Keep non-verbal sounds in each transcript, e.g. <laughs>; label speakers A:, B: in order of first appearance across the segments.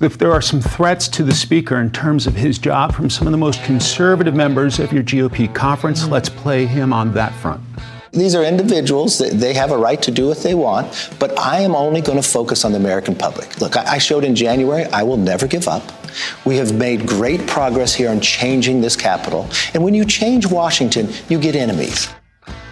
A: if there are some threats to the speaker in terms of his job from some of the most conservative members of your GOP conference, let's play him on that front.
B: These are individuals that they have a right to do what they want, but I am only going to focus on the American public. Look, I I showed in January I will never give up. We have made great progress here on changing this capital. And when you change Washington, you get enemies.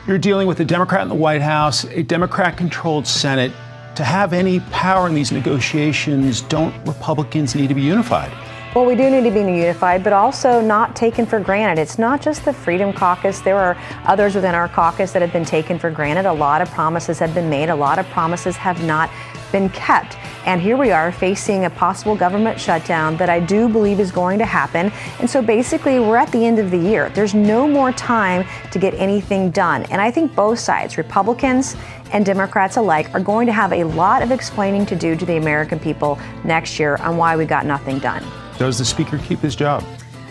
A: You're dealing with a Democrat in the White House, a Democrat controlled Senate. To have any power in these negotiations, don't Republicans need to be unified?
C: Well, we do need to be unified, but also not taken for granted. It's not just the Freedom Caucus. There are others within our caucus that have been taken for granted. A lot of promises have been made, a lot of promises have not been kept. And here we are facing a possible government shutdown that I do believe is going to happen. And so basically, we're at the end of the year. There's no more time to get anything done. And I think both sides, Republicans and Democrats alike, are going to have a lot of explaining to do to the American people next year on why we got nothing done.
A: Does the speaker keep his job?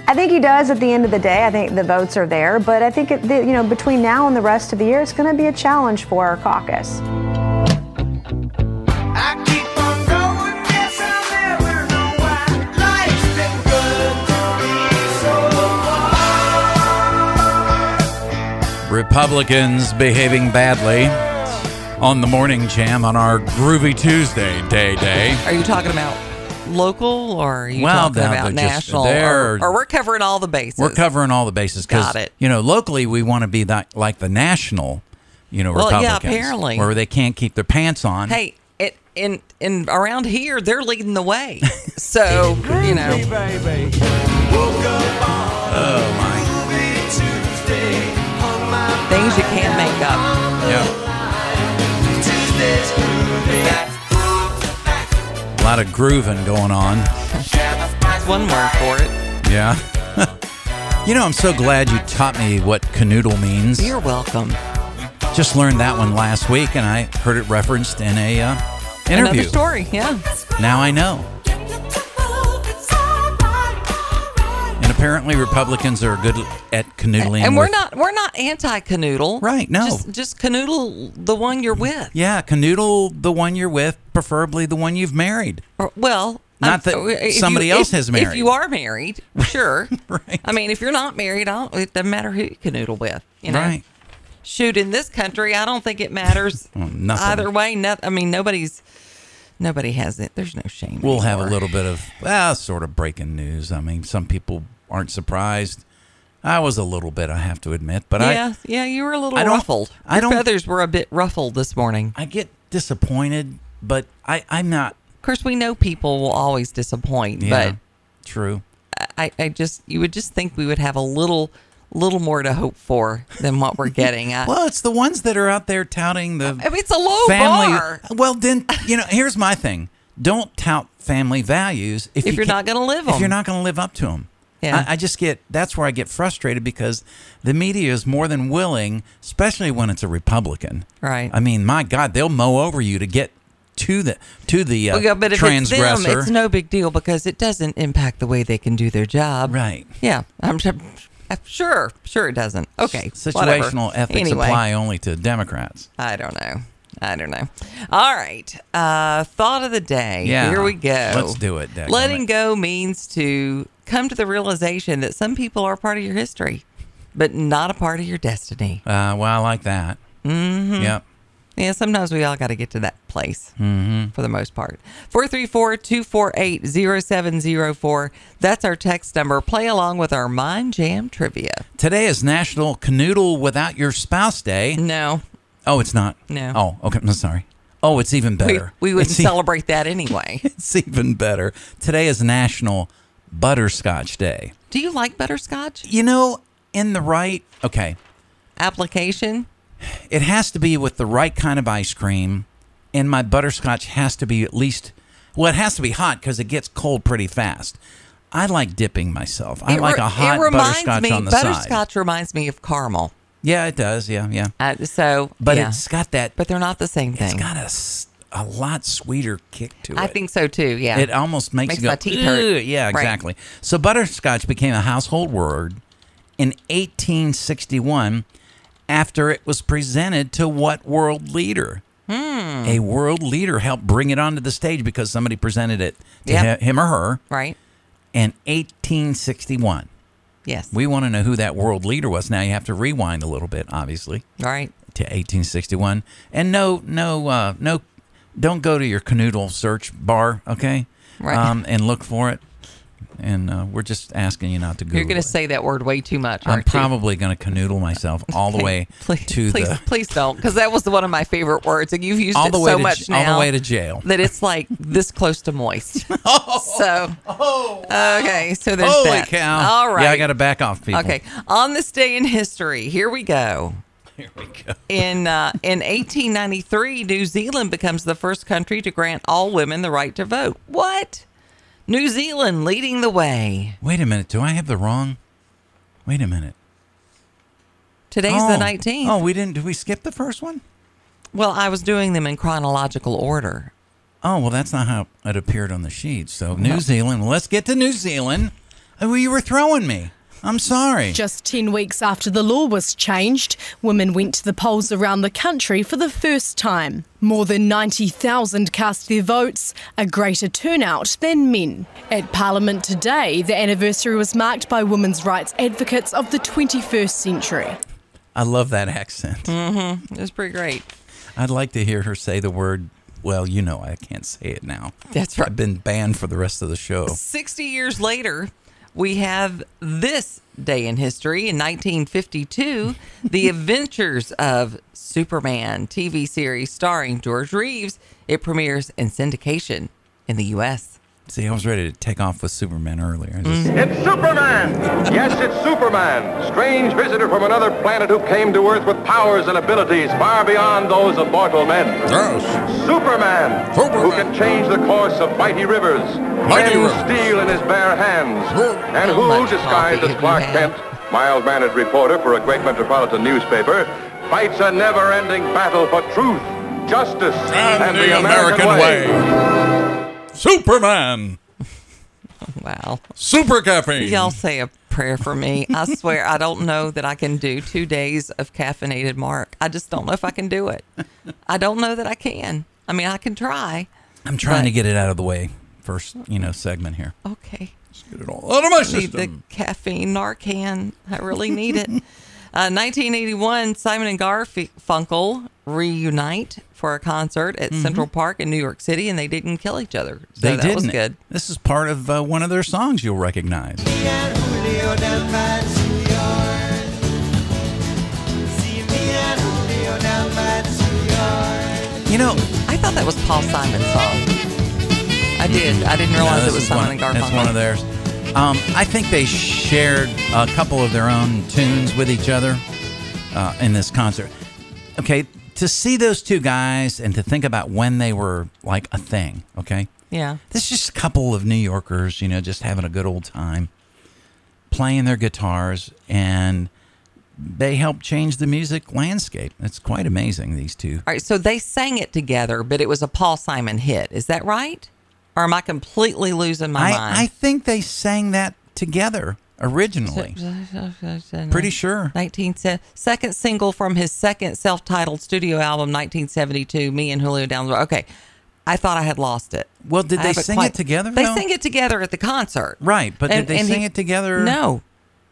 C: I think he does at the end of the day. I think the votes are there, but I think it, the, you know between now and the rest of the year, it's going to be a challenge for our caucus.
D: Republicans behaving badly on the morning jam on our groovy Tuesday day day.
E: Are you talking about local or are you
D: Well,
E: talking
D: no,
E: about
D: they're just-
E: national?
D: they're-
E: or, or we're covering all the bases.
D: We're covering all the bases because
E: Got it.
D: you know locally we want to be that like the national, you know,
E: Well, yeah,
D: Republicans.
E: apparently.
D: where they can't keep their pants on.
E: Hey, it, in in around here, they're leading the way.
D: <laughs>
E: So you know, things you can't make up.
D: yeah. A lot of grooving going on.
E: That's one word for it.
D: Yeah. <laughs> you know, I'm so glad you taught me what canoodle means.
E: You're welcome.
D: Just learned that one last week, and I heard it referenced in a uh,
E: Another
D: interview.
E: story. Yeah.
D: Now I know. And apparently, Republicans are good at canoodling.
E: And we're
D: with-
E: not we're not anti canoodle.
D: Right, no.
E: Just just canoodle the one you're with.
D: Yeah, canoodle the one you're with, preferably the one you've married.
E: Or- well,
D: Not that
E: if
D: somebody
E: if-
D: else has
E: If
D: married.
E: you are married, sure.
D: <laughs> Right.
E: I mean, if you're not married, I don't, it doesn't matter who you canoodle with. You know?
D: Right.
E: Shoot, in this country, I don't think
D: <laughs>
E: it matters
D: nothing.
E: either way. No, I mean, nobody's nobody has it. There's no shame.
D: We'll have a
E: anymore.
D: little bit of, well, sort of breaking news. I mean, some people aren't surprised. I was a little bit, I have to admit, but I.
E: yeah, yeah. You were a little
D: I don't-
E: ruffled.
D: I
E: Your
D: don't-
E: feathers were a bit ruffled this morning.
D: I get disappointed, but I, I'm not.
E: Of course, we know people will always disappoint,
D: Yeah,
E: but
D: true.
E: I, I just you would just think we would have a little little more to hope for than what we're getting. I,
D: <laughs> Well, it's the ones that are out there touting the
E: I mean, it's a low
D: family.
E: bar
D: Well, then you know. Here's my thing: don't tout family values if,
E: if
D: you
E: you're
D: can't-
E: not going to live them.
D: If you're not going to live up to them.
E: Yeah.
D: I, I just get that's where I get frustrated because the media is more than willing, especially when it's a Republican.
E: Right.
D: I mean, my God, they'll mow over you to get to the to the uh,
E: Well, yeah, but if it's
D: transgressor.
E: them, it's no big deal because it doesn't impact the way they can do their job.
D: Right.
E: Yeah, I'm, su- I'm sure. Sure, it doesn't. Okay. whatever.
D: Situational ethics
E: Anyway,
D: apply only to Democrats.
E: I don't know. I don't know. All right. Uh, thought of the day.
D: Yeah.
E: Here we go.
D: Let's do it, dadgummit.
E: Letting go means to come to the realization that some people are part of your history, but not a part of your destiny.
D: Uh, well, I like that. Mm-hmm. Yep.
E: Yeah, sometimes we all got to get to that place
D: Mm-hmm.
E: for the most part. 434 248 0704. That's our text number. Play along with our Mind Jam trivia.
D: Today is National Canoodle Without Your Spouse Day.
E: No,
D: Oh, it's not.
E: No.
D: Oh, okay. I'm sorry. Oh, it's even
E: we,
D: better.
E: we wouldn't
D: It's e-
E: celebrate that
D: <laughs>
E: anyway.
D: It's even better. Today is National Butterscotch Day.
E: Do you like butterscotch?
D: You know, in the right, okay,
E: Application?
D: it has to be with the right kind of ice cream, and my butterscotch has to be at least, well, it has to be hot because it gets cold pretty fast. I like dipping myself. I
E: It
D: like
E: re-
D: a hot
E: it reminds
D: butterscotch
E: me,
D: on the side.
E: Butterscotch reminds me of caramel.
D: Yeah, it does. Yeah, yeah.
E: Uh, so,
D: But
E: yeah.
D: it's got that,
E: but they're not the same
D: it's
E: thing.
D: got a, s- a lot sweeter kick to it.
E: I think so too. Yeah.
D: It almost makes,
E: Makes
D: you go,
E: my teeth hurt.
D: "Ugh." Yeah,
E: Right.
D: exactly. So butterscotch became a household word in 1861 after it was presented to what world leader?
E: Hmm.
D: a world leader helped bring it onto the stage because somebody presented it to
E: Yeah.
D: hi- him or her
E: right?
D: in 1861.
E: Yes.
D: We want to know who that world leader was. Now you have to rewind a little bit, obviously,
E: right.
D: to 1861. And no, no, uh, no, don't go to your canoodle search bar, okay? Um,
E: Right.
D: and look for it. And uh, we're just asking you not to Google.
E: You're going
D: it.
E: to say that word way too much.
D: I'm
E: aren't you?
D: probably going to canoodle
E: <laughs>
D: myself all the way
E: please,
D: to
E: please,
D: the
E: please don't, because that was one of my favorite words, and you've used
D: all
E: it
D: the way
E: so
D: to
E: much
D: j- all
E: now
D: the way to jail. Oh,
E: that it's like this close
D: <laughs>
E: to moist. so okay, so there's
D: Holy
E: that.
D: cow!
E: All right,
D: Yeah, I got to back off, people.
E: Okay, on this day in history, here we go.
D: <laughs> Here we go.
E: In uh, in 1893, New Zealand becomes the first country to grant all women the right to vote. What? New Zealand leading the way.
D: Wait a minute. Do I have the wrong? Wait a minute.
E: Today's
D: oh.
E: the 19th.
D: Oh, we didn't. Did we skip the first one?
E: Well, I was doing them in chronological order.
D: Oh well, that's not how it appeared on the sheet. So New Zealand. Well, let's get to New Zealand. Oh, you were throwing me. I'm sorry.
F: Just 10 weeks after the law was changed, women went to the polls around the country for the first time. More than 90,000 cast their votes, a greater turnout than men. At Parliament today, the anniversary was marked by women's rights advocates of the 21st century.
D: I love that accent.
E: It was pretty great.
D: I'd like to hear her say the word. Well, you know, I can't say it now.
E: That's right.
D: I've been banned for the rest of the show.
E: 60 years later, we have this day in history in 1952
D: <laughs>
E: The Adventures of Superman TV series starring George Reeves. It premieres in syndication in the U.S.
D: See, I was ready to take off with Superman earlier. I just-
E: Mm-hmm.
G: It's Superman! Yes, it's Superman! Strange visitor from another planet who came to Earth with powers and abilities far beyond those of mortal men.
D: Yes.
G: Superman!
D: Superman.
G: Who can change the course of mighty rivers,
D: Mighty
G: bend
D: rivers.
G: steel in his bare hands,
D: Oh,
G: and
E: how
G: who,
E: much
G: disguised
E: coffee
G: as
E: have
G: Clark
E: you had?
G: Kent, mild-mannered reporter for a great metropolitan newspaper, fights a never-ending battle for truth, justice, and, the, American, way.
D: Superman.
E: <laughs> Wow.
D: Super caffeine.
E: Y'all say a prayer for me. I swear, I don't know that I can do two days of caffeinated mark. I just don't know if I can do it. I don't know that I can. I mean, I can try.
D: I'm trying
E: But-
D: to get it out of the way. First, you know, segment here.
E: Okay.
D: Get it all out of my
E: need the caffeine Narcan. I really need it. Uh, 1981, Simon and Garfunkel reunite for a concert at Central Park in New York City, and they didn't kill each other.
D: Mm-hmm.
E: So
D: They
E: that
D: didn't.
E: was good.
D: This is part of uh, one of their songs you'll recognize. You know,
E: I thought that was Paul Simon's song. I did. I didn't realize
D: no,
E: it
D: this
E: was
D: is one,
E: Simon and Garfunkel.
D: that's one of theirs. Um, I think they shared a couple of their own tunes with each other uh, in this concert. Okay, to see those two guys and to think about when they were like a thing, okay?
E: yeah.
D: This is just a couple of New Yorkers, you know, just having a good old time, playing their guitars, and they helped change the music landscape. It's quite amazing, these two.
E: All right. So they sang it together, but it was a Paul Simon hit. Is that right? Or am I completely losing my mind?
D: I, I think they sang that together originally. Pretty sure.
E: 19 se- second single from his second self-titled studio album 1972 me and julio down the road okay i thought i had lost it
D: Well, did
E: I
D: they
E: haven't
D: sing it together,
E: they
D: though?
E: sing it together at the concert
D: Right, but did they
E: he-
D: sing it together?
E: no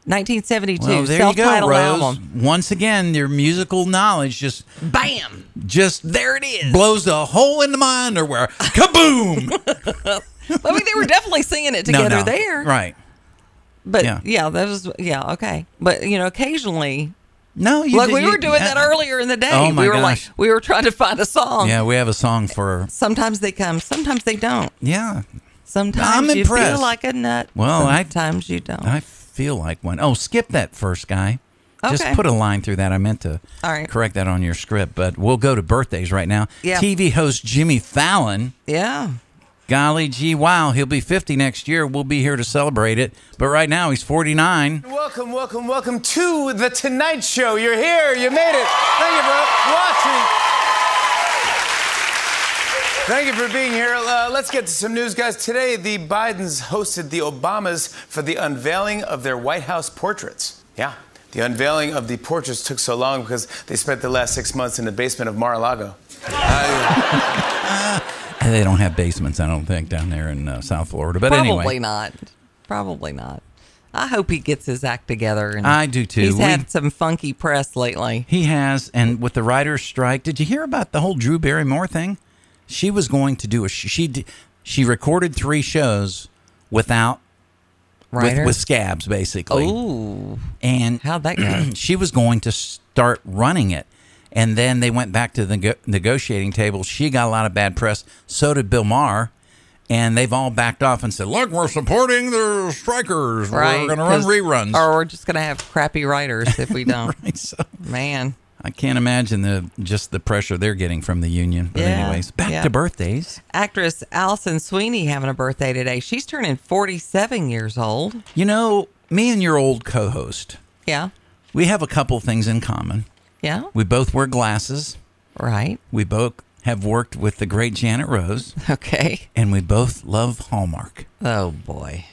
E: 1972
D: Well, there you go,
E: self-titled
D: Rose.
E: album
D: Once again, your musical knowledge just
E: bam
D: just
E: there it is
D: blows a hole into my underwear.
E: <laughs>
D: Kaboom!
E: i mean they were definitely singing
D: <laughs>
E: it
D: No,
E: together
D: no.
E: there
D: right?
E: but
D: yeah.
E: yeah. that was yeah okay but you know occasionally
D: No, you
E: like
D: did-
E: we
D: you-
E: were
D: <laughs>
E: doing that
D: I-
E: earlier in the day
D: Oh my
E: we were
D: gosh!
E: like we were trying to find a song
D: yeah, we have a song for
E: sometimes they come sometimes they don't
D: yeah.
E: Sometimes
D: I'm
E: you
D: impressed.
E: feel like a nut.
D: Well, I-
E: sometimes you don't.
D: I feel like one. Oh, skip that first guy. Just
E: Okay.
D: put a line through that. I meant to
E: All right.
D: correct that on your script, but we'll go to birthdays right now.
E: Yeah.
D: TV host Jimmy Fallon.
E: yeah.
D: Golly gee, wow, he'll be 50 next year. We'll be here to celebrate it. But right now, he's 49.
H: Welcome, welcome, welcome to the Tonight Show. You're here. You made it. Thank you for watching. Thank you for being here. Uh, let's get to some news, guys. Today, the Bidens hosted the Obamas for the unveiling of their White House portraits. Yeah, the unveiling of the portraits took so long because they spent the last six months in the basement of Mar-a-Lago.
D: And They don't have basements, I don't think, down there in uh, South Florida. But
E: Probably
D: anyway,
E: not. Probably not. I hope he gets his act together. And
D: I do too.
E: He's
D: We-
E: had some funky press lately.
D: he has. And with the writer's strike, did you hear about the whole Drew Barrymore thing? She was going to do a sh- she d- she recorded three shows without with,
E: Writer.
D: with scabs basically.
E: Ooh,
D: and
E: how'd that go?
D: <clears throat> she was going to start running it. And then they went back to the neg- negotiating table. She got a lot of bad press. So did Bill Maher. And they've all backed off and said, look, we're supporting the strikers.
E: right.
D: We're going to run
E: 'cause-
D: reruns. <laughs>
E: Or we're just going to have crappy writers if we don't.
D: So
E: Man.
D: I can't imagine the just the pressure they're getting from the union. But
E: Yeah,
D: anyways, back
E: yeah.
D: to birthdays.
E: Actress Allison Sweeney having a birthday today. She's turning 47 years old.
D: You know, me and your old co-host,
E: Yeah.
D: we have a couple things in common.
E: Yeah.
D: We both wear glasses.
E: Right.
D: We both have worked with the great Janet Rose.
E: Okay.
D: and we both love Hallmark.
E: Oh, boy.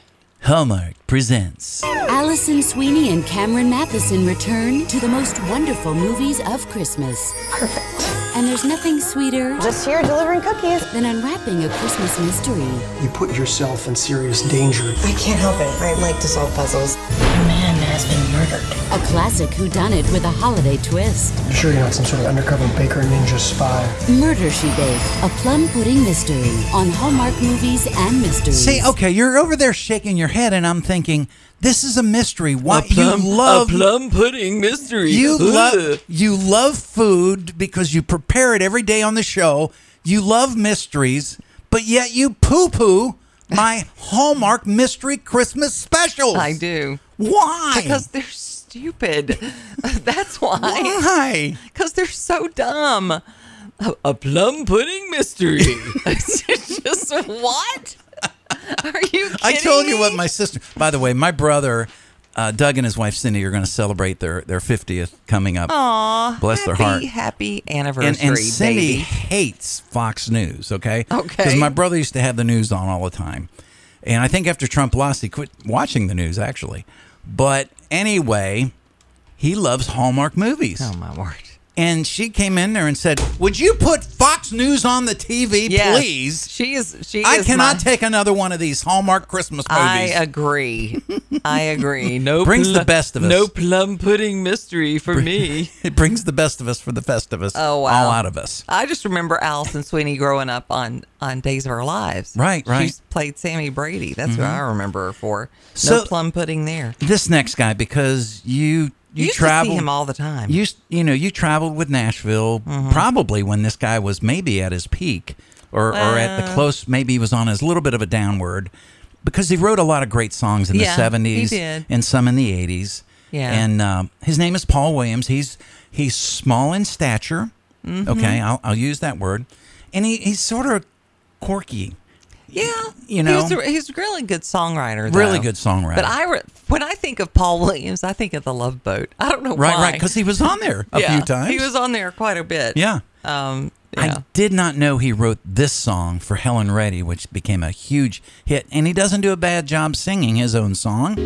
D: Hallmark presents.
I: Allison Sweeney and Cameron Matheson return to the most wonderful movies of Christmas. Perfect. And there's nothing sweeter
J: Just here delivering cookies.
I: than unwrapping a Christmas mystery.
K: You put yourself in serious danger.
J: I can't help it. I like to solve puzzles. A man has been murdered.
I: A classic whodunit with a holiday twist.
K: I'm sure you're not some sort of undercover baker ninja spy.
I: Murder She Baked, a plum pudding mystery on Hallmark movies and mysteries.
D: See, okay, you're over there shaking your head, and I'm thinking this is a mystery. Why
E: um,
D: you love
E: pudding mystery.
D: you love you love food because you prepare it every day on the show. You love mysteries, but yet you poo poo my Hallmark mystery Christmas specials.
E: I do.
D: Why?
E: Because they're stupid. <laughs> That's why.
D: why?
E: Because they're so dumb. A, a plum pudding mystery. <laughs> It's just what? Are you kidding
D: I told you what
E: me?
D: my sister. By the way, my brother uh, Doug and his wife Cindy are going to celebrate their their fiftieth coming up. Aww, bless their
E: happy,
D: heart.
E: Happy anniversary,
D: and, and Cindy
E: baby.
D: hates Fox News, okay?
E: Okay.
D: Because my brother used to have the news on all the time. And I think after Trump lost, he quit watching the news, actually. But anyway, he loves Hallmark movies.
E: Oh my word.
D: And she came in there and said, Would you put Fox News on the TV,
E: Yes,
D: please?
E: She is. She.
D: I
E: is
D: cannot
E: my-
D: take another one of these Hallmark Christmas movies.
E: I agree. I
D: <laughs>
E: agree. No
D: Brings the best of us.
E: No plum pudding mystery for
D: <laughs>
E: me.
D: it brings the best of us for the festivus.
E: Oh, wow.
D: All out of us.
E: I just remember Allison Sweeney growing up on on Days of Our Lives.
D: Right, right. Mm-hmm.
E: She played Sammy Brady. That's what I remember her for. No
D: So-
E: plum pudding there.
D: This next guy, because you you
E: used
D: travel
E: to see him all the time. Mm-hmm.
D: you you know you traveled with Nashville probably when this guy was maybe at his peak or or at
E: Uh.
D: the close maybe he was on his little bit of a downward because he wrote a lot of great songs in
E: Yeah, he
D: the 70s
E: did.
D: and some in the 80s
E: Yeah.
D: and um, his name is Paul Williams he's he's small in stature
E: Mm-hmm.
D: okay I'll, I'll use that word and he, he's sort of quirky
E: yeah,
D: you know.
E: he's a, he's a really good songwriter. Though.
D: Really good songwriter.
E: But I re- when I think of Paul Williams, I think of the Love Boat. I don't know
D: right
E: why.
D: right because he was on there a
E: yeah,
D: few times
E: he was on there quite a bit.
D: yeah
E: Um. Yeah.
D: I did not know he wrote this song for Helen Reddy, which became a huge hit. And he doesn't do a bad job singing his own song.
E: oh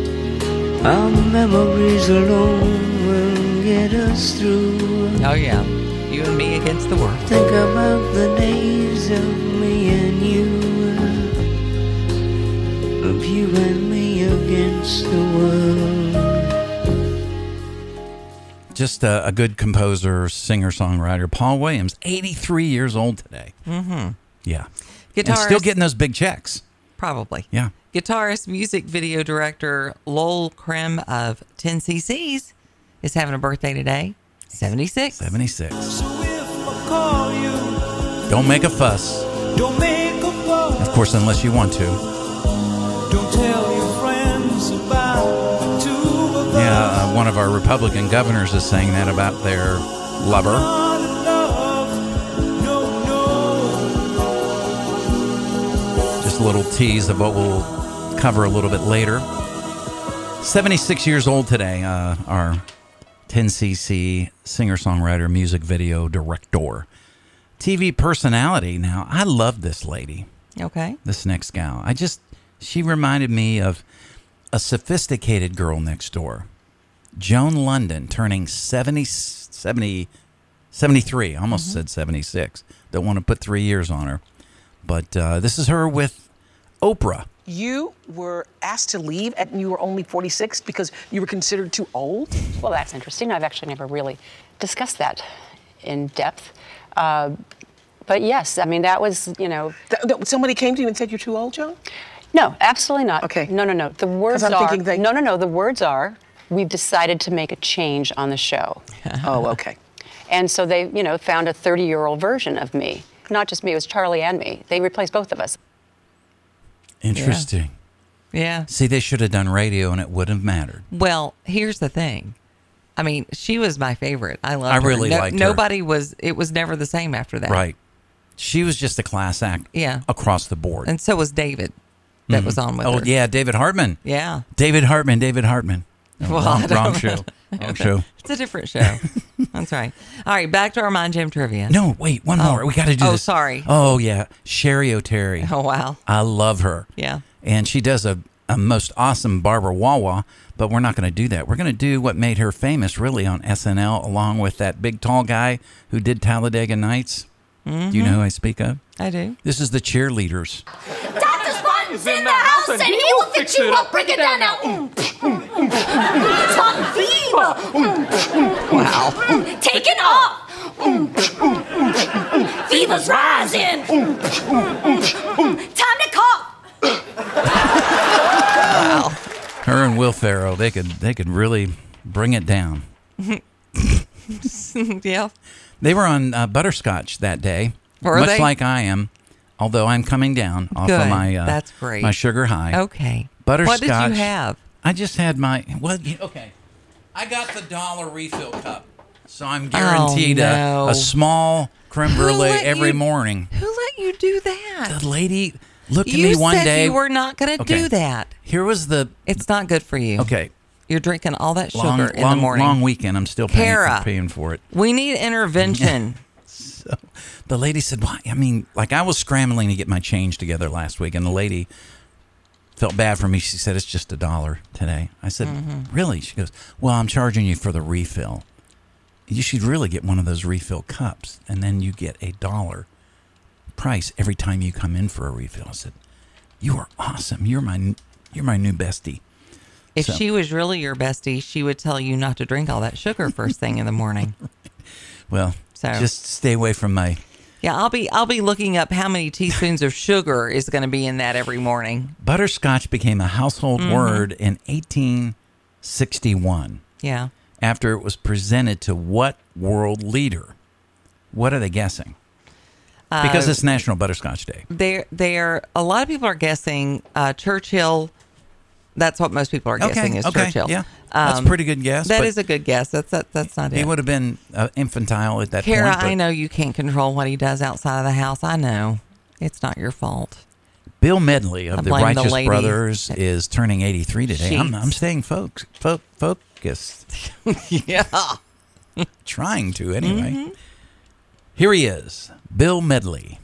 E: yeah. You and me against the world.
K: Think about the days of me and you. Of you and me against the world.
D: Just a, a good composer, singer, songwriter. Paul Williams, 83 years old today. Mm-hmm. Yeah. And still
E: Guitarist-
D: getting those big checks.
E: Probably.
D: Yeah.
E: Guitarist, music video director Lowell Krim of 10cc's is having a birthday today. 76.
D: 76. Don't make a fuss.
K: Don't make a
D: Of course, unless you want to.
K: Don't tell your friends about two of
D: Yeah, uh, one of our Republican governors is saying that about their lover. Just a little tease of what we'll cover a little bit later. 76 years old today, uh, our 10cc singer songwriter, music video director, TV personality. Now, I love this lady,
E: Okay.
D: this next gal. I just, she reminded me of a sophisticated girl next door, Joan London, turning 70, 70 73, almost said 76. Don't want to put three years on her. But uh, this is her with Oprah.
L: You were asked to leave and you were only 46 because you were considered too old?
M: Well, that's interesting. I've actually never really discussed that in depth. Uh, but yes, I mean, that was, you know.
L: somebody came to you and said you're too old, Joan?
M: No, absolutely not. Okay. No, no, no. The words
L: I'm
M: are.
L: thinking
M: no, no, no. The words are, we've decided to make a change on the show.
L: oh, okay.
M: And so they, you know, found a 30 year old version of me. Not just me, it was Charlie and me. They replaced both of us.
D: Interesting.
E: Yeah.
D: See, they should have done radio and it wouldn't have mattered.
E: Well, here's the thing. I mean, she was my favorite. I loved
D: I
E: her.
D: really liked her.
E: Nobody was. It was never the same after that.
D: Right. She was just a class act
E: Yeah.
D: across the board.
E: And so was David. That
D: Mhm.
E: was on with
D: oh,
E: her.
D: yeah, David Hartman.
E: Yeah.
D: David Hartman, David Hartman. No,
E: <laughs> Well, I
D: wrong,
E: don't
D: wrong
E: know.
D: show.
E: <laughs>
D: Wrong show.
E: It's a different
D: <laughs>
E: show. That's right. All right, back to our mind gym trivia.
D: No, wait, one
E: Oh.
D: more. We got to do
E: Oh,
D: this.
E: sorry.
D: Oh, yeah. Sherry O'Terry.
E: Oh, wow.
D: I love her.
E: Yeah.
D: And she does a, a most awesome Barbara Wawa, but we're not going to do that. We're going to do what made her famous, really, on SNL, along with that big tall guy who did Talladega Nights.
E: Mm-hmm.
D: Do you know who I speak of?
E: I do. <laughs>
D: This is the cheerleaders.
N: Dr. Spartan's in the house and he will fix you up. Break it down now. Mm, mm, mm, mm. Spartan fever. Mm, mm, mm. Mm, Take it up. Mm, mm, mm, mm. Fever's rising. Mm, mm, mm, mm. Time to cough.
D: Her and Will Farrow, they could they could really bring it down.
E: yeah.
D: They were on uh, butterscotch that day,
E: Were
D: much
E: they?
D: like I am, although I'm coming down off
E: Good.
D: of my uh,
E: That's great.
D: my sugar high.
E: Okay.
D: Butterscotch.
E: What did you have?
D: I just had my well. you- Okay, I got the dollar refill cup, so I'm
E: Oh,
D: guaranteed a-
E: no.
D: a, small creme
E: Who
D: brulee
E: let
D: every
E: you-
D: morning.
E: Who let you do that?
D: The lady looked at
E: you
D: me one
E: said
D: day.
E: You were not going to
D: Okay.
E: do that.
D: Here was the
E: It's not good for you.
D: okay
E: You're drinking all that sugar
D: long
E: in
D: long
E: the morning.
D: long weekend. I'm still paying,
E: Kara.
D: paying for it.
E: We need
D: <laughs>
E: intervention.
D: So <laughs> the lady said, "Why?" I mean, like I was scrambling to get my change together last week, and the lady felt bad for me. She said, "It's just a dollar today." I said, "Really?" She goes, "Well, I'm charging you for the refill. You should really get one of those refill cups, and then you get a dollar price every time you come in for a refill." I said, "You are awesome. You're my you're my new bestie."
E: if
D: So-
E: she was really your bestie, she would tell you not to drink all that sugar first thing in
D: <laughs>
E: the morning.
D: well,
E: So-
D: just stay away from my
E: Yeah, I'll be I'll be looking up how many teaspoons of sugar is going to be in that every morning.
D: Butterscotch became a household
E: Mhm.
D: word in 1861
E: Yeah.
D: after it was presented to what world leader? What are they guessing? Because
E: Uh,
D: it's National Butterscotch Day.
E: There, there. A lot of people are guessing uh, Churchill. That's what most people are
D: Okay,
E: guessing is
D: okay,
E: Churchill. Um,
D: yeah. That's a pretty good guess,
E: That
D: but-
E: is a good guess. That's that, that's not
D: He
E: it.
D: would have been uh, infantile at that
E: Kara,
D: point. but
E: I know you can't control what he does outside of the house. I know it's not your fault.
D: Bill Medley of
E: I
D: the
E: blame the
D: Righteous
E: lady.
D: Brothers is turning 83 today. I'm,
E: Sheets.
D: I'm staying folks, fo- focused.
E: <laughs> yeah. Mm-hmm.
D: Trying to, anyway. Here he is, Bill Medley.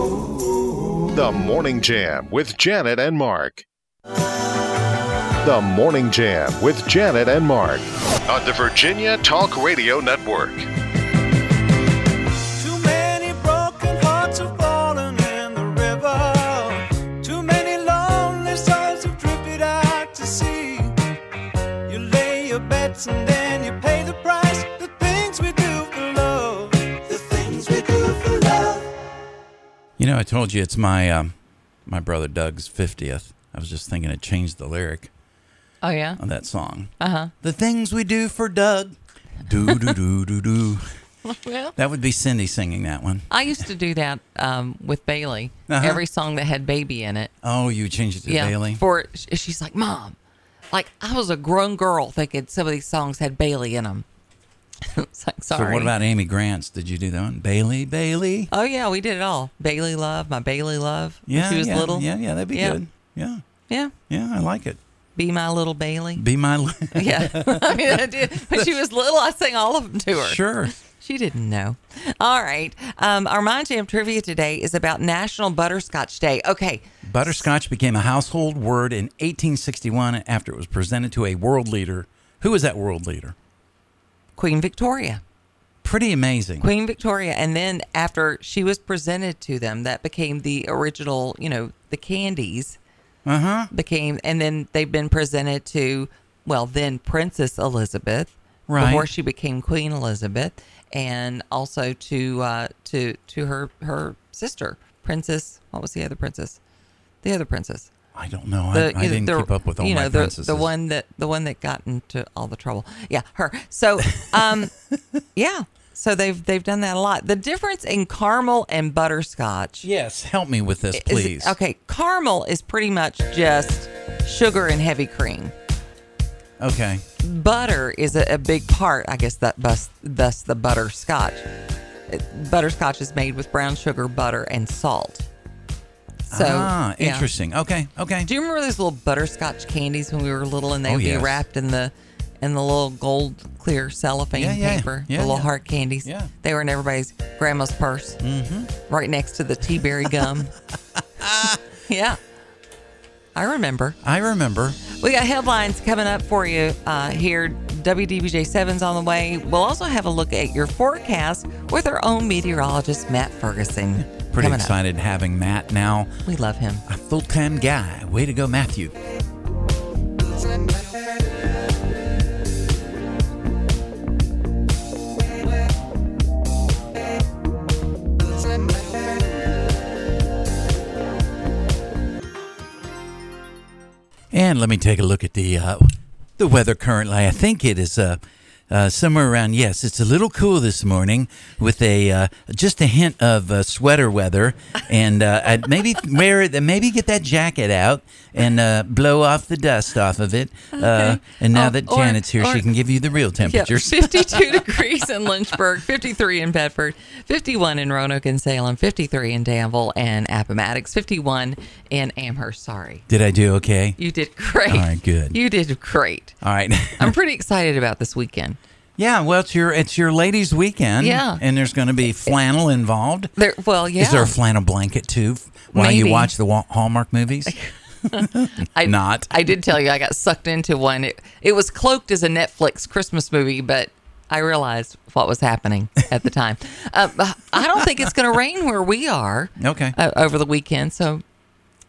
O: The Morning Jam with Janet and Mark. The Morning Jam with Janet and Mark on the Virginia Talk Radio Network.
P: Too many broken hearts have fallen in the river. Too many lonely souls have drifted out to sea. You lay your bets and then you pay the price. The things we do for love. The things we do for love.
D: You know, I told you it's my um, my brother Doug's 50th. I was just thinking of change the lyric
E: Oh yeah.
D: on that song.
E: Uh huh.
D: The things we do for Doug. Do do do do do.
E: Well,
D: That would be Cindy singing that one.
E: I used to do that um, with Bailey.
D: Uh-huh.
E: Every song that had baby in it.
D: Oh, you changed it to Bailey.
E: For sh- she's like, Mom, like I was a grown girl thinking some of these songs had Bailey in them. <laughs> it's like, sorry.
D: So what about Amy Grant's? Did you do that one? Bailey, Bailey.
E: Oh yeah, we did it all. Bailey Love, my Bailey Love. when
D: Yeah,
E: she was
D: yeah,
E: little.
D: Yeah, yeah, that'd be good. Yeah,
E: Yeah,
D: yeah, I like it.
E: Be My Little Bailey?
D: Be my li-
E: <laughs> Yeah. I mean, I did. When she was little, I sang all of them to her.
D: <laughs> Sure.
E: She didn't know. All right. Um, our Mind Jam trivia today is about National Butterscotch Day. Okay.
D: Butterscotch became a household word in 1861 after it was presented to a world leader. Who was that world leader?
E: Queen Victoria.
D: Pretty amazing.
E: Queen Victoria. And then after she was presented to them, that became the original, you know, the candies
D: Uh huh.
E: became, and then they've been presented to, well, then Princess Elizabeth.
D: Right.
E: Before she became Queen Elizabeth, and also to uh, to to her her sister, Princess. What was the other princess? The other princess.
D: I don't know. I, I didn't keep up with all
E: you know,
D: my
E: the,
D: princesses.
E: The one that the one that got into all the trouble. Yeah, her. So,
D: <laughs>
E: um, yeah. So they've they've done that a lot. The difference in caramel and butterscotch.
D: Yes, help me with this,
E: is-
D: please.
E: okay, caramel is pretty much just sugar and heavy cream.
D: Okay.
E: Butter is a, a big part, I guess. That bus, thus the butterscotch. It- Butterscotch is made with brown sugar, butter, and salt. So
D: ah,
E: yeah.
D: interesting. Okay. Okay.
E: Do you remember those little butterscotch candies when we were little and they
D: Oh,
E: would
D: yes.
E: be wrapped in the in the little gold clear cellophane
D: Yeah, yeah.
E: paper,
D: Yeah,
E: the little
D: yeah.
E: heart candies?
D: Yeah.
E: They were in everybody's grandma's purse, mm-hmm. right next to the tea
D: <laughs>
E: berry gum. yeah. I remember.
D: I remember.
E: We got headlines coming up for you uh, here. WDBJ7's on the way. We'll also have a look at your forecast with our own meteorologist, Matt Ferguson.
D: Pretty
E: coming up.
D: excited having Matt now.
E: We love him.
D: A full time guy. Way to go, Matthew. And let me take a look at the uh, the weather currently. I think it is uh, uh, somewhere around. Yes, it's a little cool this morning with a uh, just a hint of uh, sweater
E: <laughs>
D: weather, and uh, I'd maybe wear it. Maybe get that jacket out and uh, blow off the dust off of it. Uh,
E: Okay.
D: and now
E: Oh,
D: that
E: or-
D: Janet's here,
E: or-
D: she can give you the real
E: Yeah,
D: <laughs>
E: <laughs>
D: temperatures.
E: 52 degrees in Lynchburg, 53 in Bedford, 51 in Roanoke and Salem, 53 in Danville and Appomattox, 51 in Amherst. Sorry.
D: Did I do okay?
E: You did great.
D: All right, good.
E: You did great.
D: All right.
E: I'm pretty excited about this weekend.
D: <laughs> yeah, well, it's your it's your ladies' weekend.
E: Yeah.
D: and there's going to be flannel involved.
E: There, well, yeah.
D: Is there a flannel blanket too f- while
E: Maybe.
D: you watch the wa- Hallmark movies?
E: <laughs> I,
D: Not.
E: I did tell you I got sucked into one. It, it was cloaked as a Netflix Christmas movie, but I realized what was happening at
D: <laughs>
E: the time. Uh, I don't think it's going to rain where we are
D: Okay.
E: uh, over the weekend, so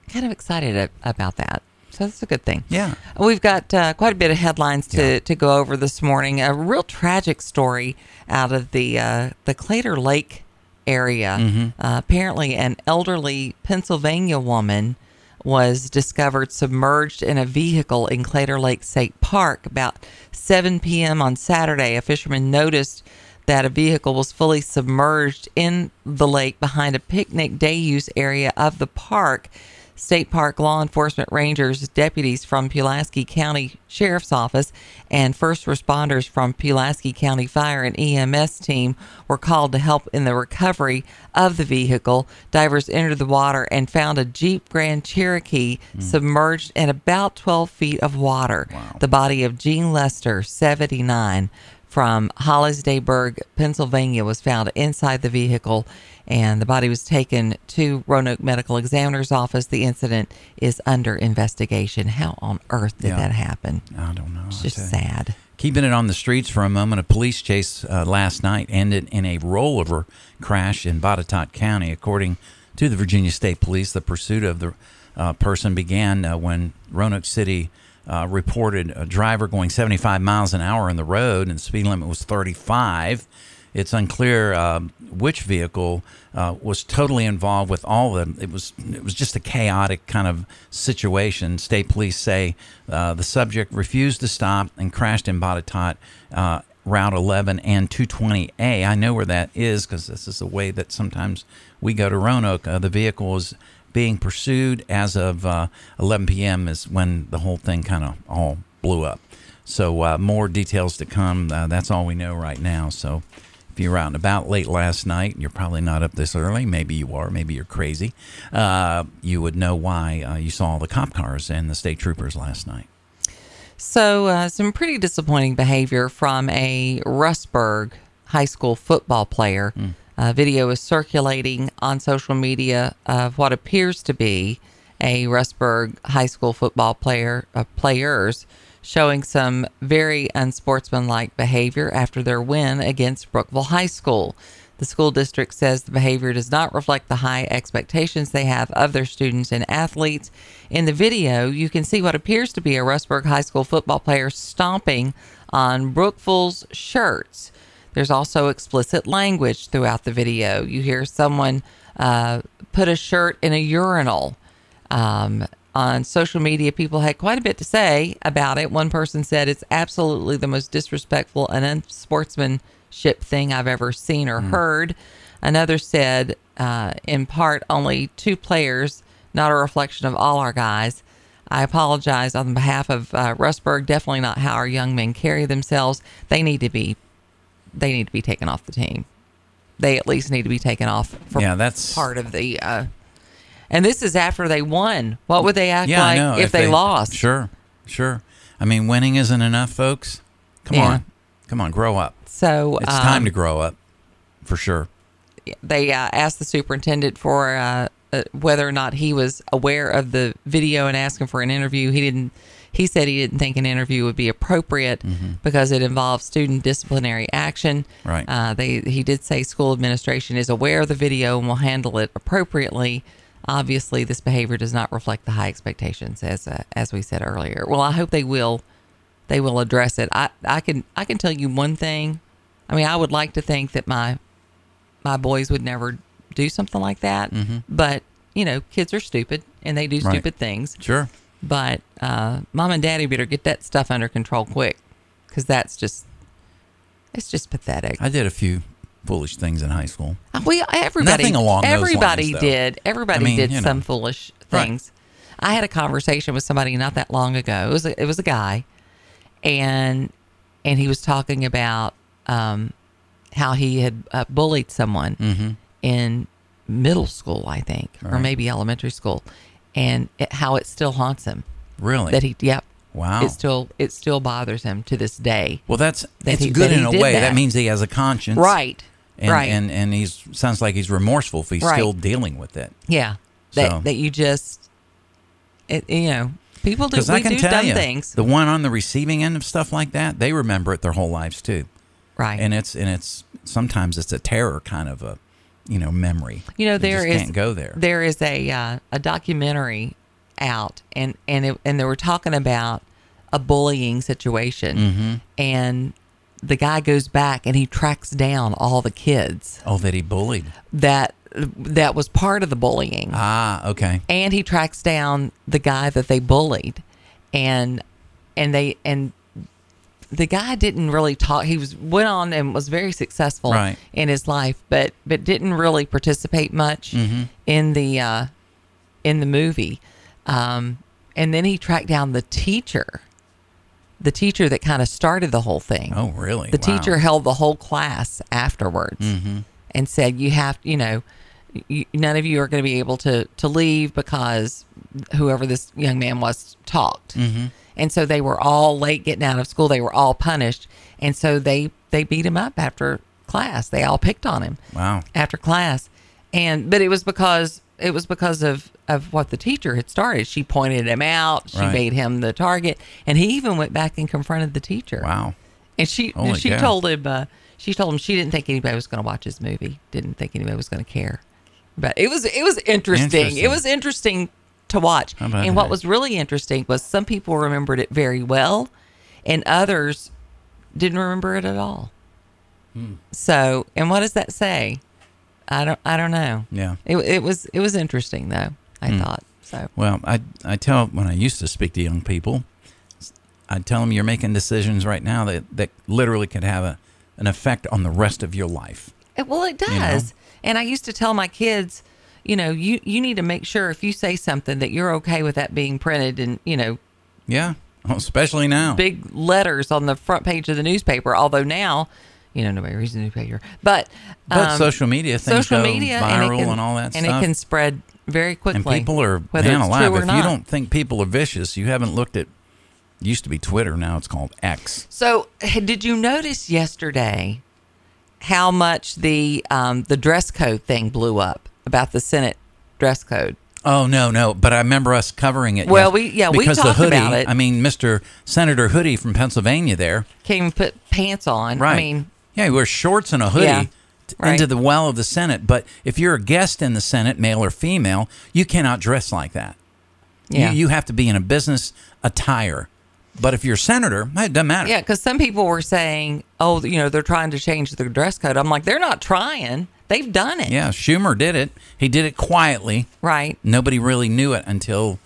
E: kind of excited a- about that. So that's a good thing.
D: Yeah.
E: We've got uh, quite a bit of headlines to, to go over this morning. A real tragic story out of the uh, the Clater Lake area.
D: Mhm.
E: Uh, apparently, an elderly Pennsylvania woman was discovered submerged in a vehicle in Clater Lake State Park about 7 p.m. on Saturday. A fisherman noticed that a vehicle was fully submerged in the lake behind a picnic day use area of the park. State Park law enforcement rangers, deputies from Pulaski County Sheriff's Office, and first responders from Pulaski County Fire and EMS team were called to help in the recovery of the vehicle. Divers entered the water and found a Jeep Grand Cherokee submerged in about 12 feet of water. The body of Gene Lester, 79, from Hollidaysburg, Pennsylvania, was found inside the vehicle, and the body was taken to Roanoke Medical Examiner's office. The incident is under investigation. How on earth did
D: Yeah. Oh,
E: that happen?
D: I don't know.
E: It's
D: I
E: just
D: tell you.
E: sad.
D: Keeping it on the streets for a moment, a police chase uh, last night ended in a rollover crash in Botetourt County. According to the Virginia State Police, the pursuit of the uh, person began uh, when Roanoke City uh, reported a driver going 75 miles an hour on the road and the speed limit was 35. It's unclear uh, which vehicle uh, was totally involved with all of them. It was it was just a chaotic kind of situation. State police say uh, the subject refused to stop and crashed in Botetourt, uh, Route 11 and 220A. I know where that is because this is the way that sometimes we go to Roanoke. Uh, the vehicle is being pursued as of uh, 11 p.m. is when the whole thing kind of all blew up. So uh, more details to come. Uh, that's all we know right now. So if you were out and about late last night, and you're probably not up this early. Maybe you are. Maybe you're crazy. Uh, you would know why uh, you saw the cop cars and the state troopers last night.
E: So, uh, some pretty disappointing behavior from a Rustburg high school football player. Uh, video is circulating on social media of what appears to be a Rustburg high school football player uh, players showing some very unsportsmanlike behavior after their win against Brookville High School. The school district says the behavior does not reflect the high expectations they have of their students and athletes. In the video, you can see what appears to be a Rustburg High School football player stomping on Brookville's shirts. There's also explicit language throughout the video. You hear someone uh, put a shirt in a urinal. Um, on social media, people had quite a bit to say about it. One person said, It's absolutely the most disrespectful and unsportsmanship thing I've ever seen or
D: Hmm.
E: heard. Another said, uh, In part, only two players, not a reflection of all our guys. I apologize on behalf of uh, Rustburg. Definitely not how our young men carry themselves. They need to be, they need to be taken off the team. They at least need to be taken off for
D: Yeah, that's-
E: part of the. Uh, and this is after they won. What would they act
D: yeah, I
E: like
D: know.
E: if, they, lost?
D: Sure, sure. I mean, winning isn't enough, folks. Come
E: Yeah.
D: on, come on, grow up.
E: So,
D: it's time
E: um,
D: to grow up, for sure.
E: They uh, asked the superintendent for uh, uh, whether or not he was aware of the video and asked him for an interview. He didn't. He said he didn't think an interview would be appropriate because it involves student disciplinary action.
D: Mm-hmm. Right.
E: Uh, they he did say school administration is aware of the video and will handle it appropriately. Obviously, this behavior does not reflect the high expectations, as uh, as we said earlier. Well, I hope they will they will address it. I I can I can tell you one thing. I mean, I would like to think that my my boys would never do something like that,
D: Mhm.
E: but you know, kids are stupid and they do
D: Right.
E: stupid things.
D: Sure.
E: But uh, mom and daddy better get that stuff under control quick, because that's just it's just pathetic.
D: I did a few foolish things in high school.
E: Uh, We everybody
D: Nothing along those
E: everybody
D: lines, though.
E: did everybody
D: I mean,
E: did
D: you know.
E: some foolish
D: Right.
E: things. I had a conversation with somebody not that long ago. It was a, it was a guy, and and he was talking about um, how he had uh, bullied someone
D: Mhm.
E: in middle school, I think, or
D: Right.
E: maybe elementary school, and it, how it still haunts him.
D: Really?
E: That he yep.
D: Wow.
E: It still it still bothers him to this day.
D: Well, that's
E: that
D: it's
E: he-
D: good
E: that
D: in
E: he
D: a
E: did
D: way. That. means he has a conscience,
E: Right,
D: And,
E: right.
D: And and he's sounds like he's remorseful if he's
E: Right.
D: still dealing with it.
E: Yeah. That
D: So-
E: that you just it, you know, people do
D: Because
E: we
D: I can
E: do
D: tell
E: dumb
D: you,
E: things.
D: the one on the receiving end of stuff like that, they remember it their whole lives too.
E: Right.
D: And it's and it's sometimes it's a terror kind of a you know memory.
E: You know,
D: They
E: there
D: just
E: is-
D: can't go there.
E: There is a uh, a documentary out and and it, and they were talking about a bullying situation
D: Mhm.
E: and the guy goes back and he tracks down all the kids
D: Oh, that he bullied.
E: that that was part of the bullying.
D: Ah, okay.
E: and he tracks down the guy that they bullied and and they and the guy didn't really talk he was went on and was very successful
D: Right.
E: in his life but but didn't really participate much
D: Mhm.
E: in the uh in the movie um and then he tracked down the teacher the teacher that kind of started the whole thing
D: Oh, really?
E: the
D: Wow.
E: teacher held the whole class afterwards
D: Mhm.
E: and said, "You have, you know, you, none of you are going to be able to to leave because whoever this young man was talked."
D: Mhm.
E: And so they were all late getting out of school. They were all punished, and so they they beat him up after class. They all picked on him
D: Wow.
E: after class, and but it was because it was because of of what the teacher had started. She pointed him out. She
D: Right.
E: made him the target, and he even went back and confronted the teacher.
D: Wow.
E: And she
D: Holy
E: she
D: cow.
E: told him uh, she told him she didn't think anybody was going to watch his movie. Didn't think anybody was going to care. But it was it was interesting.
D: Interesting.
E: It was interesting to watch.
D: How about
E: And what
D: that?
E: was really interesting was some people remembered it very well, and others didn't remember it at all.
D: Hmm.
E: So, and what does that say? I don't I don't know.
D: Yeah.
E: It it was it was interesting though. I
D: Hmm.
E: thought so.
D: Well, I I tell when I used to speak to young people, I tell them you're making decisions right now that that literally could have a an effect on the rest of your life.
E: It- well, it does.
D: You know?
E: And I used to tell my kids, you know, you you need to make sure if you say something that you're okay with that being printed and you know
D: Yeah. <laughs> Oh, especially now.
E: big letters on the front page of the newspaper. Although now, you know, nobody reads the newspaper, but um,
D: But social media, things
E: social
D: go
E: media, and,
D: viral
E: it can,
D: and all that
E: and
D: stuff.
E: it can spread very quickly.
D: And people are
E: whether
D: man
E: it's
D: alive.
E: true or
D: if
E: not.
D: you don't think people are vicious, you haven't looked at used to be Twitter, now it's called X.
E: So, h- did you notice yesterday how much the um, the dress code thing blew up about the Senate dress code?
D: Oh no, no! But I remember us covering it.
E: Well,
D: yes,
E: we- yeah, we
D: because the
E: talked
D: hoodie.
E: about it.
D: I mean, Mister Senator Hoodie from Pennsylvania. There,
E: Can't even put pants on.
D: right?
E: I mean,
D: yeah, he wears shorts and a hoodie
E: Yeah,
D: t-
E: right.
D: into the well of the Senate. But if you're a guest in the Senate, male or female, you cannot dress like that.
E: Yeah.
D: You, you have to be in a business attire. But if you're a senator, it doesn't matter.
E: yeah, because some people were saying, "Oh, you know, they're trying to change the dress code." I'm like, they're not trying; they've done it.
D: Yeah, Schumer did it. He did it quietly.
E: Right.
D: Nobody really knew it until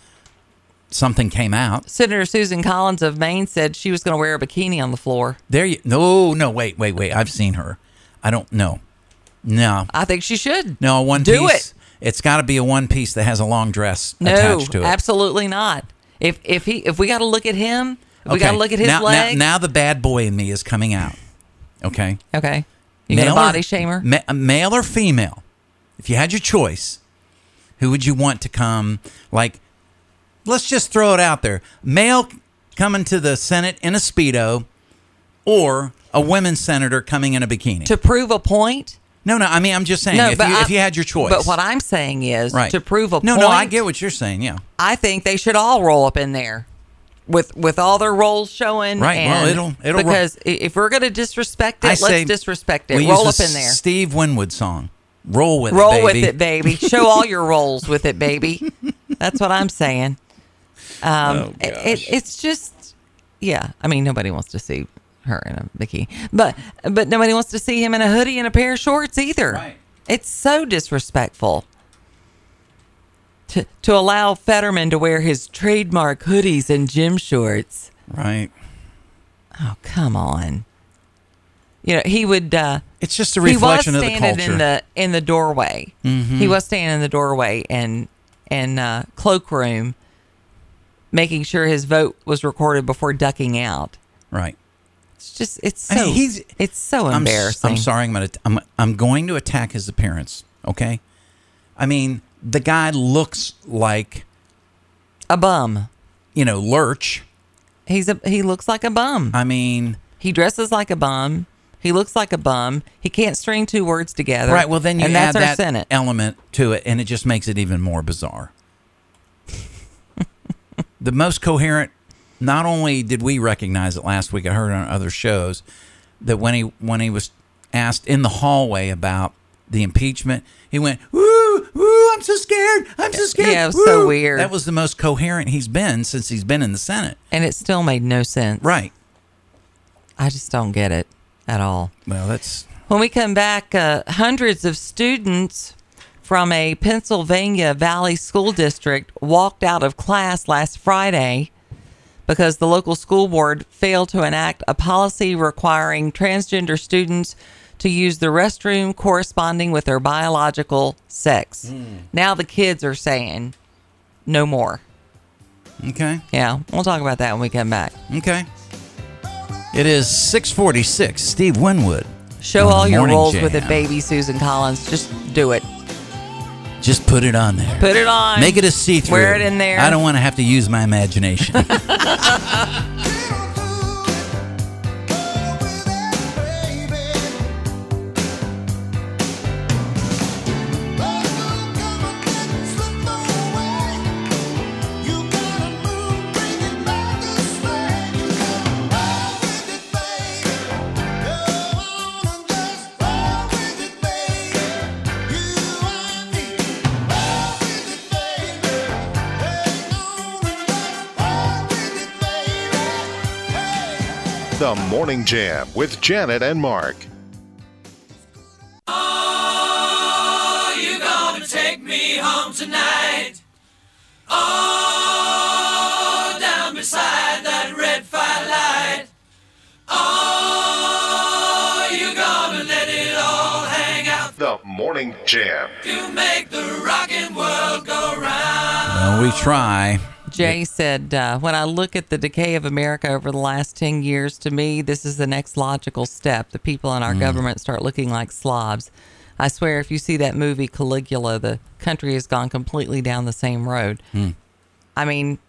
D: something came out.
E: Senator Susan Collins of Maine said she was going to wear a bikini on the floor.
D: There you no, no, wait, wait, wait. I've seen her. I don't know. No.
E: I think she should.
D: No, a one
E: Do
D: piece. It. has got to be a one piece that has a long dress
E: No,
D: attached to it.
E: absolutely not. If if he if we got to look at him, if we got to look at his
D: now, now-
E: legs.
D: Now, the bad boy in me is coming out. Okay.
E: Okay. You gonna
D: Male or-
E: body shame her?
D: Ma- male or female? If you had your choice, who would you want to come? Like, let's just throw it out there: male coming to the Senate in a speedo, or a women senator coming in a bikini.
E: to prove a point.
D: No, no. I mean, I'm just saying if, you,
E: I-
D: if you had your choice.
E: But what I'm saying is
D: right
E: to prove a
D: no,
E: point.
D: no. I get what you're saying. Yeah.
E: I think they should all roll up in there with with all their rolls showing.
D: Right, well,
E: and-
D: it'll- it'll roll.
E: because i- if we're gonna disrespect it,
D: I
E: let's
D: say
E: disrespect it.
D: we
E: Roll
D: use the
E: up in there.
D: Steve Winwood song. Roll with
E: roll
D: it,
E: with
D: baby.
E: it, baby. Show all your rolls with
D: <laughs>
E: it, baby. That's what I'm saying. Um,
D: Oh,
E: it- it, it's just, yeah. I mean, nobody wants to see her in a bikini, but but nobody wants to see him in a hoodie and a pair of shorts either. It's so disrespectful to to allow Fetterman to wear his trademark hoodies and gym shorts.
D: Right.
E: Oh come on. You know he would. Uh,
D: it's just a reflection of the
E: He was standing
D: culture.
E: in the in the doorway.
D: Mhm.
E: He was standing in the doorway and and uh, cloakroom, making sure his vote was recorded before ducking out.
D: Right.
E: It's just it's so
D: I mean, he's-
E: it's so
D: I'm s-
E: embarrassing.
D: I'm, sorry. I'm going to. I'm, I'm going to attack his appearance. Okay. I mean, the guy looks like
E: a bum.
D: You know, lurch.
E: He's a he looks like a bum.
D: I mean,
E: he dresses like a bum. He looks like a bum. He can't string two words together.
D: Right. Well, then you
E: and
D: add
E: that's our
D: that
E: Senate.
D: element to it, and it just makes it even more
E: <laughs>
D: bizarre. the most coherent. Not only did we recognize it last week, I heard on other shows that when he when he was asked in the hallway about the impeachment, he went, "Woo, woo! I'm so scared. I'm so scared."
E: Yeah, it was so
D: woo."
E: weird.
D: That was the most coherent he's been since he's been in the Senate.
E: And it still made no sense.
D: Right.
E: I just don't get it at all.
D: Well, that's
E: When we come back, uh, hundreds of students from a Pennsylvania Valley school district walked out of class last Friday because the local school board failed to enact a policy requiring transgender students to use the restroom corresponding with their biological sex.
D: Hmm.
E: Now the kids are saying no more.
D: okay.
E: Yeah, we'll talk about that when we come back.
D: Okay. It is 646. Steve Winwood.
E: Show
D: on
E: all
D: the
E: your
D: Morning
E: roles with it,
D: Jam.
E: baby Susan Collins. Just do it.
D: Just put it on there.
E: Put it on.
D: Make it a see through.
E: Wear it in there.
D: I don't want to have to use my
E: <laughs>
D: imagination.
O: The Morning Jam with Janet and Mark.
P: Are Oh, you gonna take me home tonight? Oh, down beside that red firelight. Oh, you gonna let it all hang out.
O: The Morning Jam.
P: You make the rockin' world go round.
D: well, we try.
E: Jay said, uh, When I look at the decay of America over the last 10 years, to me, this is the next logical step. The people in our government start looking like slobs. I swear, if you see that movie Caligula, the country has gone completely down the same road.
D: Hmm.
E: I mean,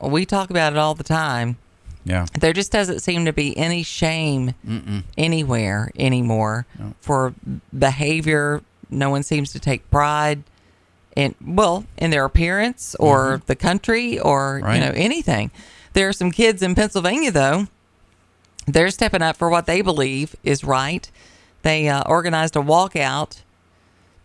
E: we talk about it all the time.
D: Yeah.
E: There just doesn't seem to be any shame
D: Mm-mm.
E: anywhere anymore for behavior. No one seems to take pride in well in their appearance or the country or
D: Mm-hmm. Right.
E: you know anything. There are some kids in Pennsylvania though. They're stepping up for what they believe is right. They uh, organized a walkout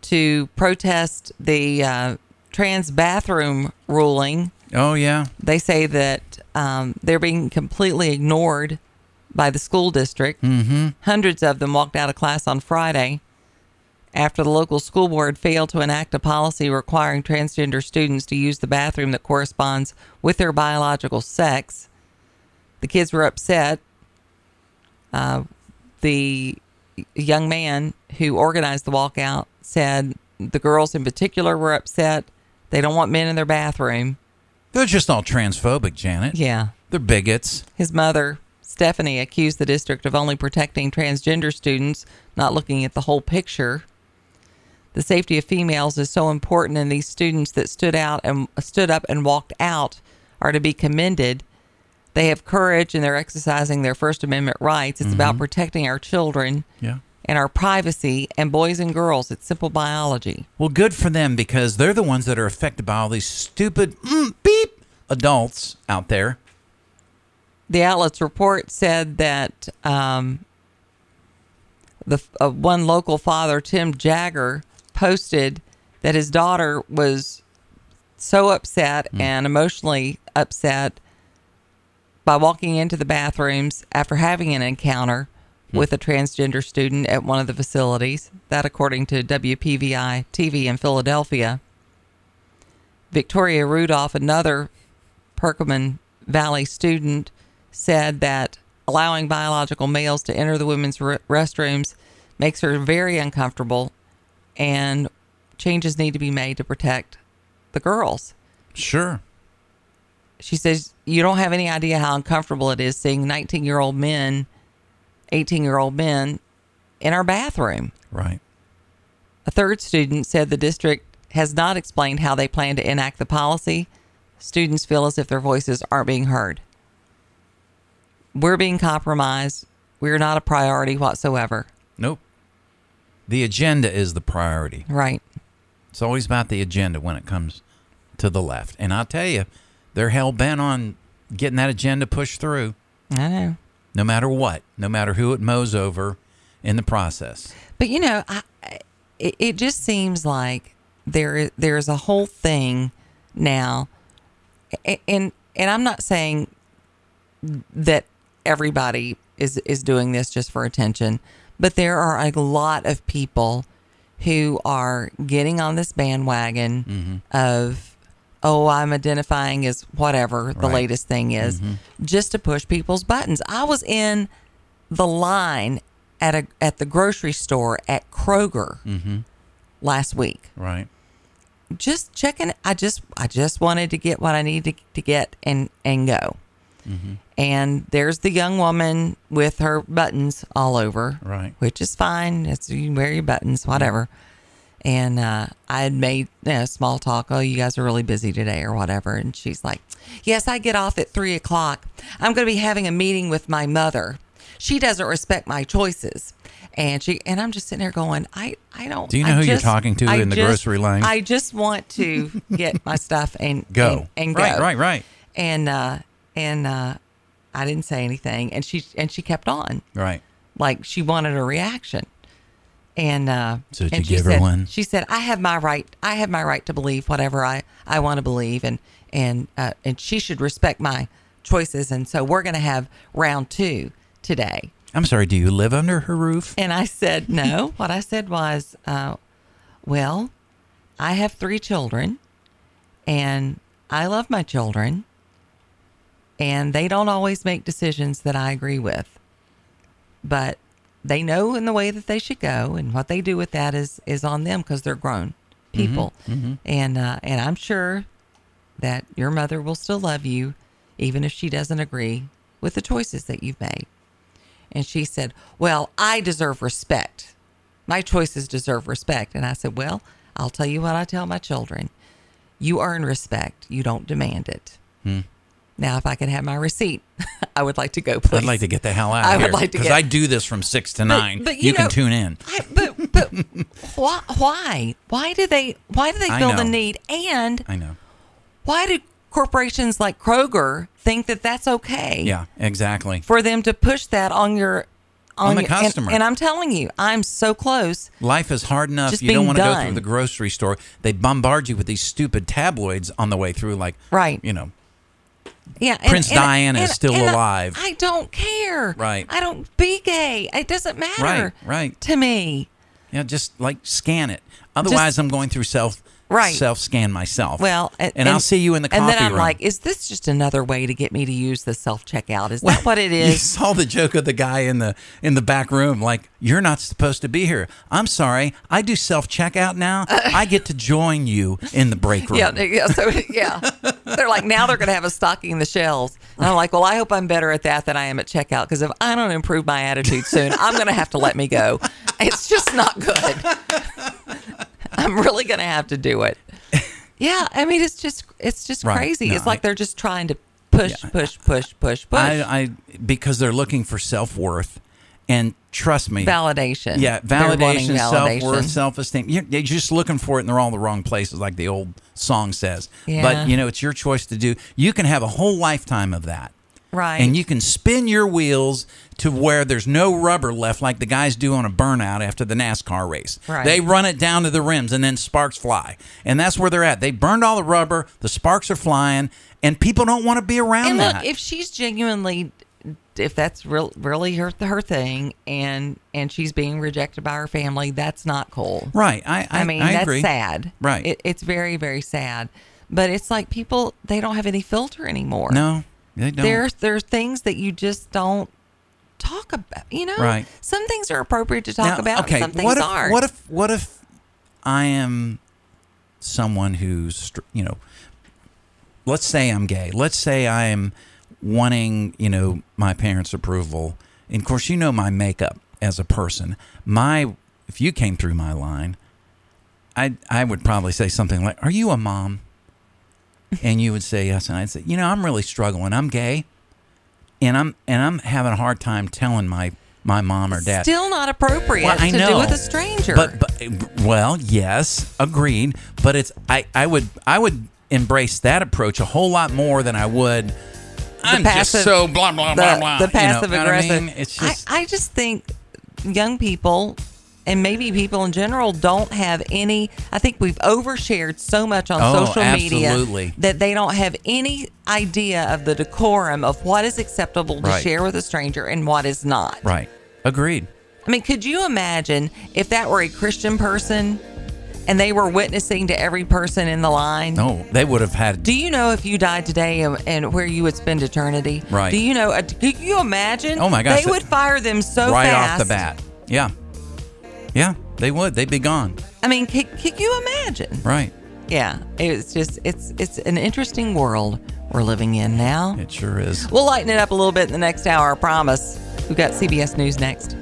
E: to protest the uh, trans bathroom ruling.
D: Oh yeah.
E: They say that um, they're being completely ignored by the school district.
D: Mhm.
E: Hundreds of them walked out of class on Friday after the local school board failed to enact a policy requiring transgender students to use the bathroom that corresponds with their biological sex. The kids were upset. Uh, the young man who organized the walkout said the girls in particular were upset. They don't want men in their bathroom.
D: They're just all transphobic, Janet.
E: Yeah.
D: They're bigots.
E: His mother, Stephanie, accused the district of only protecting transgender students, not looking at the whole picture. The safety of females is so important, and these students that stood out and stood up and walked out are to be commended. They have courage and they're exercising their First Amendment rights. It's about protecting our children
D: Yeah.
E: and our privacy and boys and girls. It's simple biology.
D: Well, good for them because they're the ones that are affected by all these stupid mm, beep adults out there.
E: the outlet's report said that um, the uh, one local father, Tim Jagger, posted that his daughter was so upset and emotionally upset by walking into the bathrooms after having an encounter with a transgender student at one of the facilities. That, according to WPVI TV in Philadelphia. Victoria Rudolph, another Perkman Valley student, said that allowing biological males to enter the women's re- restrooms makes her very uncomfortable and changes need to be made to protect the girls.
D: Sure.
E: She says, You don't have any idea how uncomfortable it is seeing 19 year old men, 18 year old men in our bathroom.
D: Right.
E: A third student said the district has not explained how they plan to enact the policy. Students feel as if their voices aren't being heard. We're being compromised. We're not a priority whatsoever.
D: Nope. The agenda is the priority.
E: Right.
D: It's always about the agenda when it comes to the left. And I'll tell you, they're hell bent on getting that agenda pushed through
E: I know.
D: no matter what, no matter who it mows over in the process.
E: But you know, I, I- it, it just seems like there there is a whole thing now, A- and and I'm not saying that everybody is is doing this just for attention, but there are a lot of people who are getting on this bandwagon of oh I'm identifying as whatever the
Q: Right.
E: latest thing is
Q: Mhm.
E: just to push people's buttons. I was in the line at a at the grocery store at Kroger
D: Mm-hmm.
E: last week.
D: Right.
E: Just checking. I just I just wanted to get what I needed to, to get and and go.
D: Mhm.
E: And there's the young woman with her buttons all over,
D: Right.
E: Which is fine. It's you can wear your buttons, whatever. And uh, I had made you know, small talk. Oh, you guys are really busy today, or whatever. And she's like, "Yes, I get off at three o'clock. I'm going to be having a meeting with my mother. She doesn't respect my choices." And she and I'm just sitting there going, "I I don't."
D: Do you know
E: I
D: who you're
E: just-
D: talking to
E: I
D: in the
E: just-
D: grocery line?
E: I just want
D: <laughs>
E: to get my stuff and
D: Go.
E: and, and go
D: Right, right, right.
E: and uh and uh I didn't say anything and she and she kept on
D: Right.
E: like she wanted a reaction and uh
D: So did
E: and
D: you
E: she
D: give her
E: said-
D: one?
E: she said I have my right I have my right to believe whatever I I want to believe and and uh, and she should respect my choices and so we're going to have round 2 today
D: I'm sorry, do you live under her roof?
E: <laughs> and I said, no. what I said was, uh, well, I have three children and I love my children and they don't always make decisions that I agree with, but they know in the way that they should go and what they do with that is, is on them because they're grown people.
D: Mm-hmm,
Q: mhm.
E: And, uh, and I'm sure that your mother will still love you even if she doesn't agree with the choices that you've made. And she said, Well, I deserve respect. My choices deserve respect. And I said, Well, I'll tell you what I tell my children you earn respect, you don't demand it.
D: Hmm.
E: Now, if I could have my receipt, <laughs> I would like to go, please.
D: I'd like to get the hell out
E: I
D: of
E: would
D: here.
E: like to
D: Because
E: get-
D: I do this from six to nine.
E: but
D: you,
E: you
D: can
E: know-
D: tune in.
E: Why? Why? Why do they? Why do they
D: I
E: feel the
D: know.
E: need? And
D: I know.
E: why do corporations like Kroger think that that's okay?
D: Yeah, exactly.
E: For them to push that on your
D: On the
E: your- and-
D: customer.
E: And, I'm telling you, I'm so close.
D: Life is hard enough.
E: Just
D: you don't
E: being
D: want to go
E: done.
D: through the grocery store. They bombard you with these stupid tabloids on the way through, like
E: Right.
D: You know,
E: Yeah. and-
D: Prince
E: and-
D: Diana is
E: and-
D: still
E: and I-
D: alive.
E: I, don't care.
D: Right.
E: I don't be gay. It doesn't matter.
D: right, right.
E: To me.
D: Yeah, just like scan it. Otherwise, I'm going through self
E: Right.
D: self scan myself.
E: Well,
D: and, I'll see you in the coffee
E: And then I'm
D: room.
E: like, is this just another way to get me to use the self checkout? Is that what
D: <laughs>
E: it
D: you
E: is?
D: saw the joke of the guy in the in the back room, like you're not supposed to be here. I'm sorry, I do self checkout now. I get to join you in the break room.
E: Uh. <laughs> Yeah, yeah. So yeah, they're like now they're going to have a stocking the shelves. And I'm like, well, I hope I'm better at that than I am at checkout because if I don't improve my attitude soon, I'm going to have to let me go. It's just not good. I'm really going to have to do it. Yeah, I mean, it's just it's just
D: Right.
E: crazy.
D: No,
E: it's like they're just trying to push, push, push, push, push.
D: I, I because they're looking for self worth, and trust me,
E: Validation.
D: Yeah,
E: They're wanting
D: validation, self
E: validation.
D: worth, self esteem. You're, you're just looking for it, and they're all in the wrong places, like the old song says.
E: Yeah.
D: But you know, it's your choice to do. You can have a whole lifetime of that.
E: right.
D: And you can spin your wheels to where there's no rubber left, like the guys do on a burnout after the NASCAR race.
E: Right.
D: They run it down to the rims and then sparks fly. And that's where they're at. They burned all the rubber, the sparks are flying, and people don't want to be around
E: and
D: that.
E: look, if she's genuinely, if that's real, really her her thing, and and she's being rejected by her family, that's not cool.
D: Right. I- I-
E: mean,
D: I
E: that's
D: agree.
E: sad.
D: Right.
E: It, it's very very sad. But it's like people they don't have any filter anymore.
D: no, they don't.
E: There there are things that you just don't talk about. You know,
D: Right.
E: Some things are appropriate to talk
D: Now,
E: about.
D: Okay,
E: and some things
D: what if,
E: aren't.
D: What if what if I am someone who's str- you know, let's say I'm gay. Let's say I'm wanting you know my parents' approval, and of course you know my makeup as a person. My if you came through my line, I I would probably say something like, "Are you a mom?" And you would say yes, and I'd say, "You know, I'm really struggling. I'm gay." And I'm and I'm having a hard time telling my my mom or dad.
E: Still not appropriate
D: Well, I
E: to do
D: know.
E: with a stranger.
D: But, but well, yes, agreed. But it's I, I would I would embrace that approach a whole lot more than I would. I'm
E: passive-
D: just so blah blah
E: the,
D: blah blah.
E: The
D: you know,
E: passive
D: know what I
E: aggressive.
D: mean? It's just
E: I, I just think young people and maybe people in general don't have any. I think we've overshared so much on
D: Oh,
E: social
D: absolutely.
E: media that they don't have any idea of the decorum of what is acceptable to
D: Right.
E: share with a stranger and what is not.
D: right. Agreed.
E: I mean, could you imagine if that were a Christian person and they were witnessing to every person in the line?
D: No, they would have had.
E: Do you know if you died today and, and where you would spend eternity?
D: Right.
E: Do you know? uh, Could you imagine?
D: Oh my gosh,
E: They would
D: that-
E: fire them so
D: right
E: fast.
D: off the bat. Yeah, yeah, they would. They'd be gone.
E: I mean, could, could you imagine?
D: Right.
E: Yeah. It's just it's it's an interesting world we're living in now.
D: It sure is.
E: We'll lighten it up a little bit in the next hour. I promise. We've got CBS News next.